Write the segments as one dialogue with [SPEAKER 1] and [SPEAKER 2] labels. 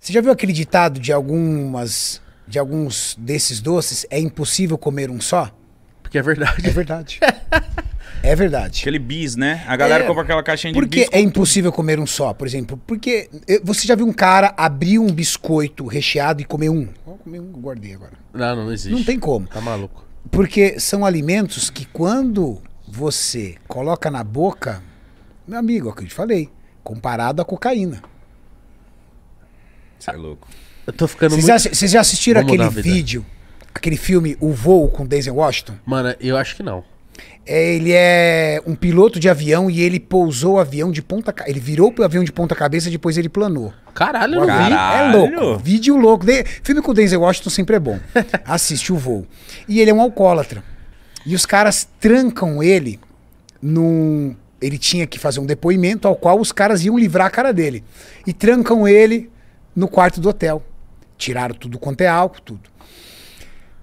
[SPEAKER 1] Você já viu aquele ditado de algumas. de alguns desses doces? É impossível comer um só?
[SPEAKER 2] Porque é verdade.
[SPEAKER 1] É verdade. é verdade.
[SPEAKER 3] Aquele bis, né? A galera
[SPEAKER 2] É,
[SPEAKER 3] compra aquela caixinha de
[SPEAKER 1] Por que
[SPEAKER 3] bis.
[SPEAKER 1] é impossível comer um só, por exemplo? Porque eh, você já viu um cara abrir um biscoito recheado e comer um? Vou comer um, guardei agora.
[SPEAKER 2] Não, não, não existe.
[SPEAKER 1] Não tem como.
[SPEAKER 2] Tá maluco.
[SPEAKER 1] Porque são alimentos que quando você coloca na boca, meu amigo, é o que eu te falei, comparado à cocaína.
[SPEAKER 3] Você é louco.
[SPEAKER 2] Eu tô ficando
[SPEAKER 1] Vocês
[SPEAKER 2] muito...
[SPEAKER 1] já, vocês já assistiram
[SPEAKER 2] Vamos
[SPEAKER 1] aquele
[SPEAKER 2] mudar a vida.
[SPEAKER 1] vídeo, aquele filme O Voo com Denzel Washington?
[SPEAKER 2] Mano, eu acho que não.
[SPEAKER 1] É, ele é um piloto de avião e ele pousou o avião de ponta... ca- Ele virou o avião de ponta cabeça e depois ele planou.
[SPEAKER 2] Caralho, eu não vi.
[SPEAKER 3] Caralho.
[SPEAKER 1] É louco. Vídeo louco. De- Filme com o Denzel Washington sempre é bom. Assiste o voo. E ele é um alcoólatra. E os caras trancam ele num. Ele tinha que fazer um depoimento ao qual os caras iam livrar a cara dele. E trancam ele no quarto do hotel. Tiraram tudo quanto é álcool, tudo.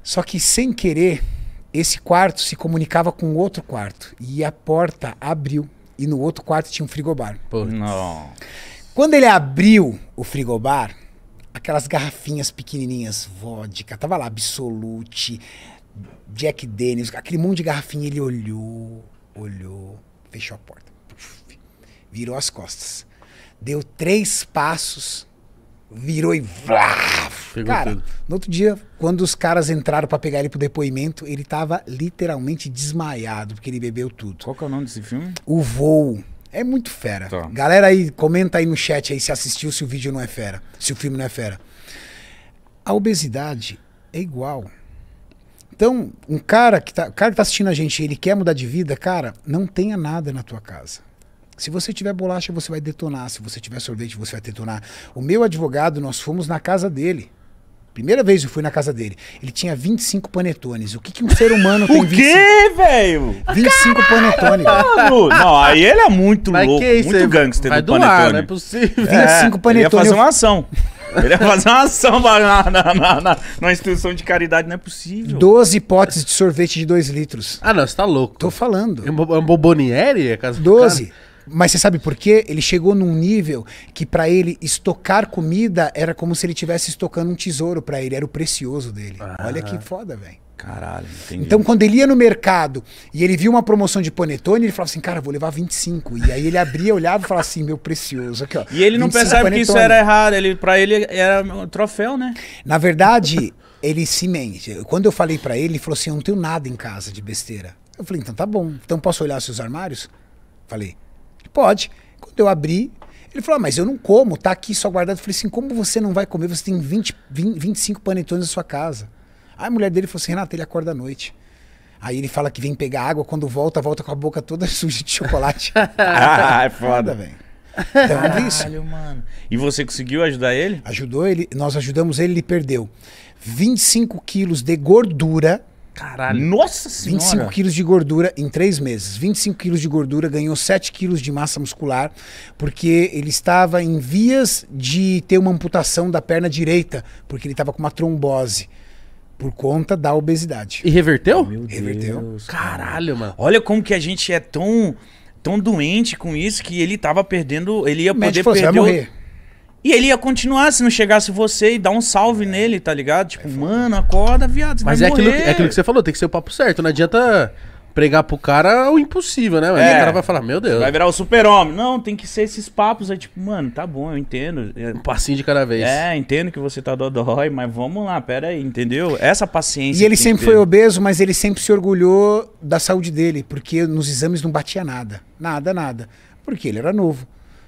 [SPEAKER 1] Só que sem querer, esse quarto se comunicava com outro quarto. E a porta abriu. E no outro quarto tinha um frigobar.
[SPEAKER 2] Pô,
[SPEAKER 3] Não.
[SPEAKER 1] Quando ele abriu o frigobar, aquelas garrafinhas pequenininhas, vodka, tava lá Absolute, Jack Daniels, aquele monte de garrafinha, ele olhou, olhou, fechou a porta. Puf, Virou as costas. Deu três passos, virou e vrá.
[SPEAKER 2] Pegou
[SPEAKER 1] Cara,
[SPEAKER 2] tudo.
[SPEAKER 1] no outro dia, quando os caras entraram pra pegar ele pro depoimento, ele tava literalmente desmaiado, porque ele bebeu tudo.
[SPEAKER 3] Qual que é o nome desse filme?
[SPEAKER 1] O voo. É muito fera.
[SPEAKER 3] Tá.
[SPEAKER 1] Galera aí, comenta aí no chat aí se assistiu, se o vídeo não é fera, se o filme não é fera. A obesidade é igual. Então, um cara que tá, o cara que tá assistindo a gente, ele quer mudar de vida, cara, não tenha nada na tua casa. Se você tiver bolacha, você vai detonar. Se você tiver sorvete, você vai detonar. O meu advogado, nós fomos na casa dele. Primeira vez eu fui na casa dele. Ele tinha 25 panetones. O que, que um ser humano tem?
[SPEAKER 3] O quê, velho?
[SPEAKER 1] 25, 25 panetones. velho.
[SPEAKER 3] Mano, não, aí ele é muito
[SPEAKER 2] Mas
[SPEAKER 3] louco,
[SPEAKER 2] que isso
[SPEAKER 3] muito
[SPEAKER 2] aí?
[SPEAKER 3] gangster
[SPEAKER 2] Vai
[SPEAKER 3] do
[SPEAKER 2] doar,
[SPEAKER 3] Panetone.
[SPEAKER 2] não é possível.
[SPEAKER 1] É. 25
[SPEAKER 3] Ele ia
[SPEAKER 1] panetone,
[SPEAKER 3] fazer
[SPEAKER 1] eu-
[SPEAKER 3] uma ação. Ele ia fazer uma ação pra- na, na, na, na, na instituição de caridade, não é possível.
[SPEAKER 1] 12 potes de sorvete de 2 litros.
[SPEAKER 2] Ah, não, você tá louco.
[SPEAKER 1] Tô falando.
[SPEAKER 2] É um bo- é um Bobonieri? É casa do
[SPEAKER 1] 12.
[SPEAKER 2] cara?
[SPEAKER 1] Mas você sabe por quê? Ele chegou num nível que pra ele estocar comida era como se ele estivesse estocando um tesouro pra ele, era o precioso dele.
[SPEAKER 3] Ah.
[SPEAKER 1] Olha que foda, velho.
[SPEAKER 3] Caralho, entendi.
[SPEAKER 1] Então quando ele ia no mercado e ele viu uma promoção de panetone, ele falava assim: "Cara, vou levar 25". E aí ele abria, olhava e falava assim: "Meu precioso, aqui, ó".
[SPEAKER 3] e ele não
[SPEAKER 1] 25
[SPEAKER 3] pensava que isso
[SPEAKER 1] panetone".
[SPEAKER 3] era errado, ele, pra ele era um troféu, né?
[SPEAKER 1] Na verdade, ele se mente. Quando eu falei pra ele, ele falou assim: Eu não tenho nada em casa de besteira. Eu falei: Então tá bom. Então posso olhar seus armários? Falei: Pode. Quando eu abri, ele falou: ah, Mas eu não como, tá aqui só guardado. Eu falei assim: Como você não vai comer? Você tem 20, 20, 25 panetones na sua casa. Aí a mulher dele falou assim: Renata, ele acorda à noite. Aí ele fala que vem pegar água, quando volta, volta com a boca toda suja de chocolate.
[SPEAKER 3] Ah, é
[SPEAKER 1] Nada, velho. Então, é isso.
[SPEAKER 3] Caralho, mano. E você conseguiu ajudar ele?
[SPEAKER 1] Ajudou ele, nós ajudamos ele, ele perdeu 25 quilos de gordura,
[SPEAKER 2] Caralho.
[SPEAKER 3] Nossa
[SPEAKER 1] 25
[SPEAKER 3] senhora.
[SPEAKER 1] quilos de gordura em três meses. 25 quilos de gordura, ganhou 7 quilos de massa muscular, porque ele estava em vias de ter uma amputação da perna direita, porque ele estava com uma trombose, por conta da obesidade.
[SPEAKER 2] E reverteu?
[SPEAKER 3] Meu
[SPEAKER 1] Reverteu.
[SPEAKER 3] Deus,
[SPEAKER 2] Caralho, mano.
[SPEAKER 3] Olha como que a gente é tão tão doente com isso que ele tava perdendo, ele ia
[SPEAKER 1] O médico
[SPEAKER 3] poder
[SPEAKER 1] falou, você
[SPEAKER 3] perder.
[SPEAKER 1] vai
[SPEAKER 3] o-
[SPEAKER 1] morrer.
[SPEAKER 3] E ele ia continuar se não chegasse você e dar um salve nele, tá ligado? Tipo,
[SPEAKER 1] É
[SPEAKER 3] mano, acorda, viado, você
[SPEAKER 2] Mas é
[SPEAKER 3] vai
[SPEAKER 2] aquilo,
[SPEAKER 3] morrer.
[SPEAKER 2] é aquilo que você falou, tem que ser o papo certo. Não adianta pregar pro cara o impossível, né? Mas
[SPEAKER 3] É.
[SPEAKER 2] o cara vai falar, meu Deus, um
[SPEAKER 3] Vai virar o super-homem. Não, tem que ser esses papos aí, tipo, mano, tá bom, eu entendo. É,
[SPEAKER 2] um passinho de cada vez.
[SPEAKER 3] É, entendo que você tá dodói, mas vamos lá, pera aí, entendeu? Essa paciência.
[SPEAKER 1] E ele
[SPEAKER 3] que tem que
[SPEAKER 1] sempre foi
[SPEAKER 3] ter.
[SPEAKER 1] obeso, mas ele sempre se orgulhou da saúde dele, porque nos exames não batia nada. Nada, nada. Porque ele era novo.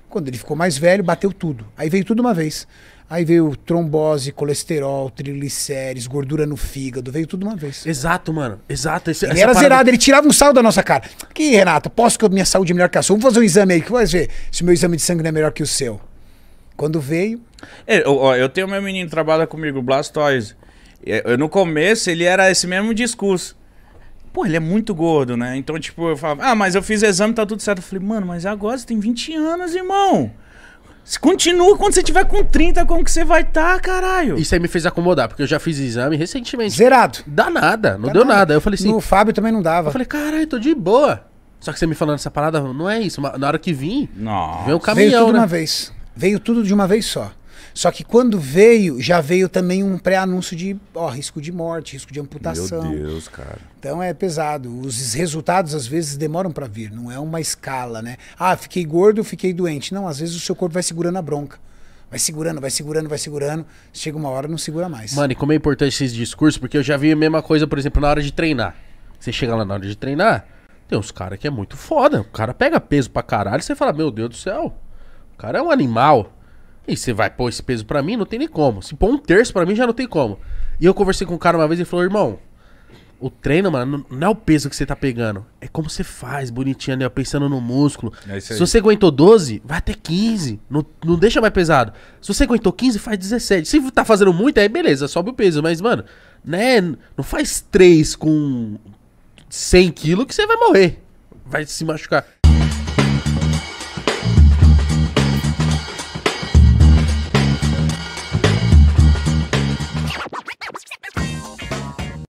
[SPEAKER 1] Quando ele ficou mais velho, bateu tudo. Aí veio tudo uma vez. Aí veio trombose, colesterol, triglicérides, gordura no fígado, veio tudo uma vez.
[SPEAKER 2] Exato, mano. Exato. Esse,
[SPEAKER 1] Ele era zerado, ele tirava um sal da nossa cara. Aqui, Renato, posso que a minha saúde é melhor que a sua? Vamos fazer um exame aí, que vai ver se o meu exame de sangue não é melhor que o seu. Quando veio,
[SPEAKER 3] É, eu, ó, eu tenho meu menino que trabalha comigo, o Blastoise. É, Eu, no começo, ele era esse mesmo discurso. Pô, ele é muito gordo, né? Então, tipo, eu falava, ah, mas eu fiz exame, tá tudo certo. Eu falei, mano, mas agora você tem 20 anos, irmão. Se continua quando você tiver com 30, como que você vai tá, caralho?
[SPEAKER 2] Isso aí me fez acomodar, porque eu já fiz exame recentemente.
[SPEAKER 1] zerado.
[SPEAKER 2] Dá nada, não deu nada. Eu falei assim,
[SPEAKER 1] No Fábio também não dava.
[SPEAKER 2] eu falei, caralho, tô de boa. Só que você me falando essa parada, não é isso. mas Na hora que vim,
[SPEAKER 3] Nossa.
[SPEAKER 2] vem o
[SPEAKER 1] veio
[SPEAKER 2] caminhão,
[SPEAKER 1] tudo
[SPEAKER 2] né?
[SPEAKER 1] uma vez. Veio tudo de uma vez só. Só que quando veio, já veio também um pré-anúncio de ó, risco de morte, risco de amputação.
[SPEAKER 3] Meu Deus, cara.
[SPEAKER 1] Então é pesado. Os resultados às vezes demoram para vir, não é uma escala, né? Ah, fiquei gordo, fiquei doente. Não, às vezes o seu corpo vai segurando a bronca. Vai segurando, vai segurando, vai segurando. Chega uma hora, não segura mais.
[SPEAKER 2] Mano, e como é importante esses discursos, porque eu já vi a mesma coisa, por exemplo, na hora de treinar. Você chega lá na hora de treinar, tem uns caras que é muito foda. O cara pega peso pra caralho, você fala, meu Deus do céu, o cara é um animal. E você vai pôr esse peso pra mim, não tem nem como. Se pôr um terço pra mim, já não tem como. E eu conversei com um cara uma vez e ele falou, irmão, o treino, mano, não é o peso que você tá pegando. É como você faz, bonitinho, né? Pensando no músculo.
[SPEAKER 3] É isso
[SPEAKER 2] Se
[SPEAKER 3] aí.
[SPEAKER 2] você aguentou 12, vai até 15. Não, não deixa mais pesado. Se você aguentou 15, faz 17. Se tá fazendo muito, aí beleza, sobe o peso. Mas, mano, né? Não faz 3 com 100 quilos que você vai morrer. Vai se machucar.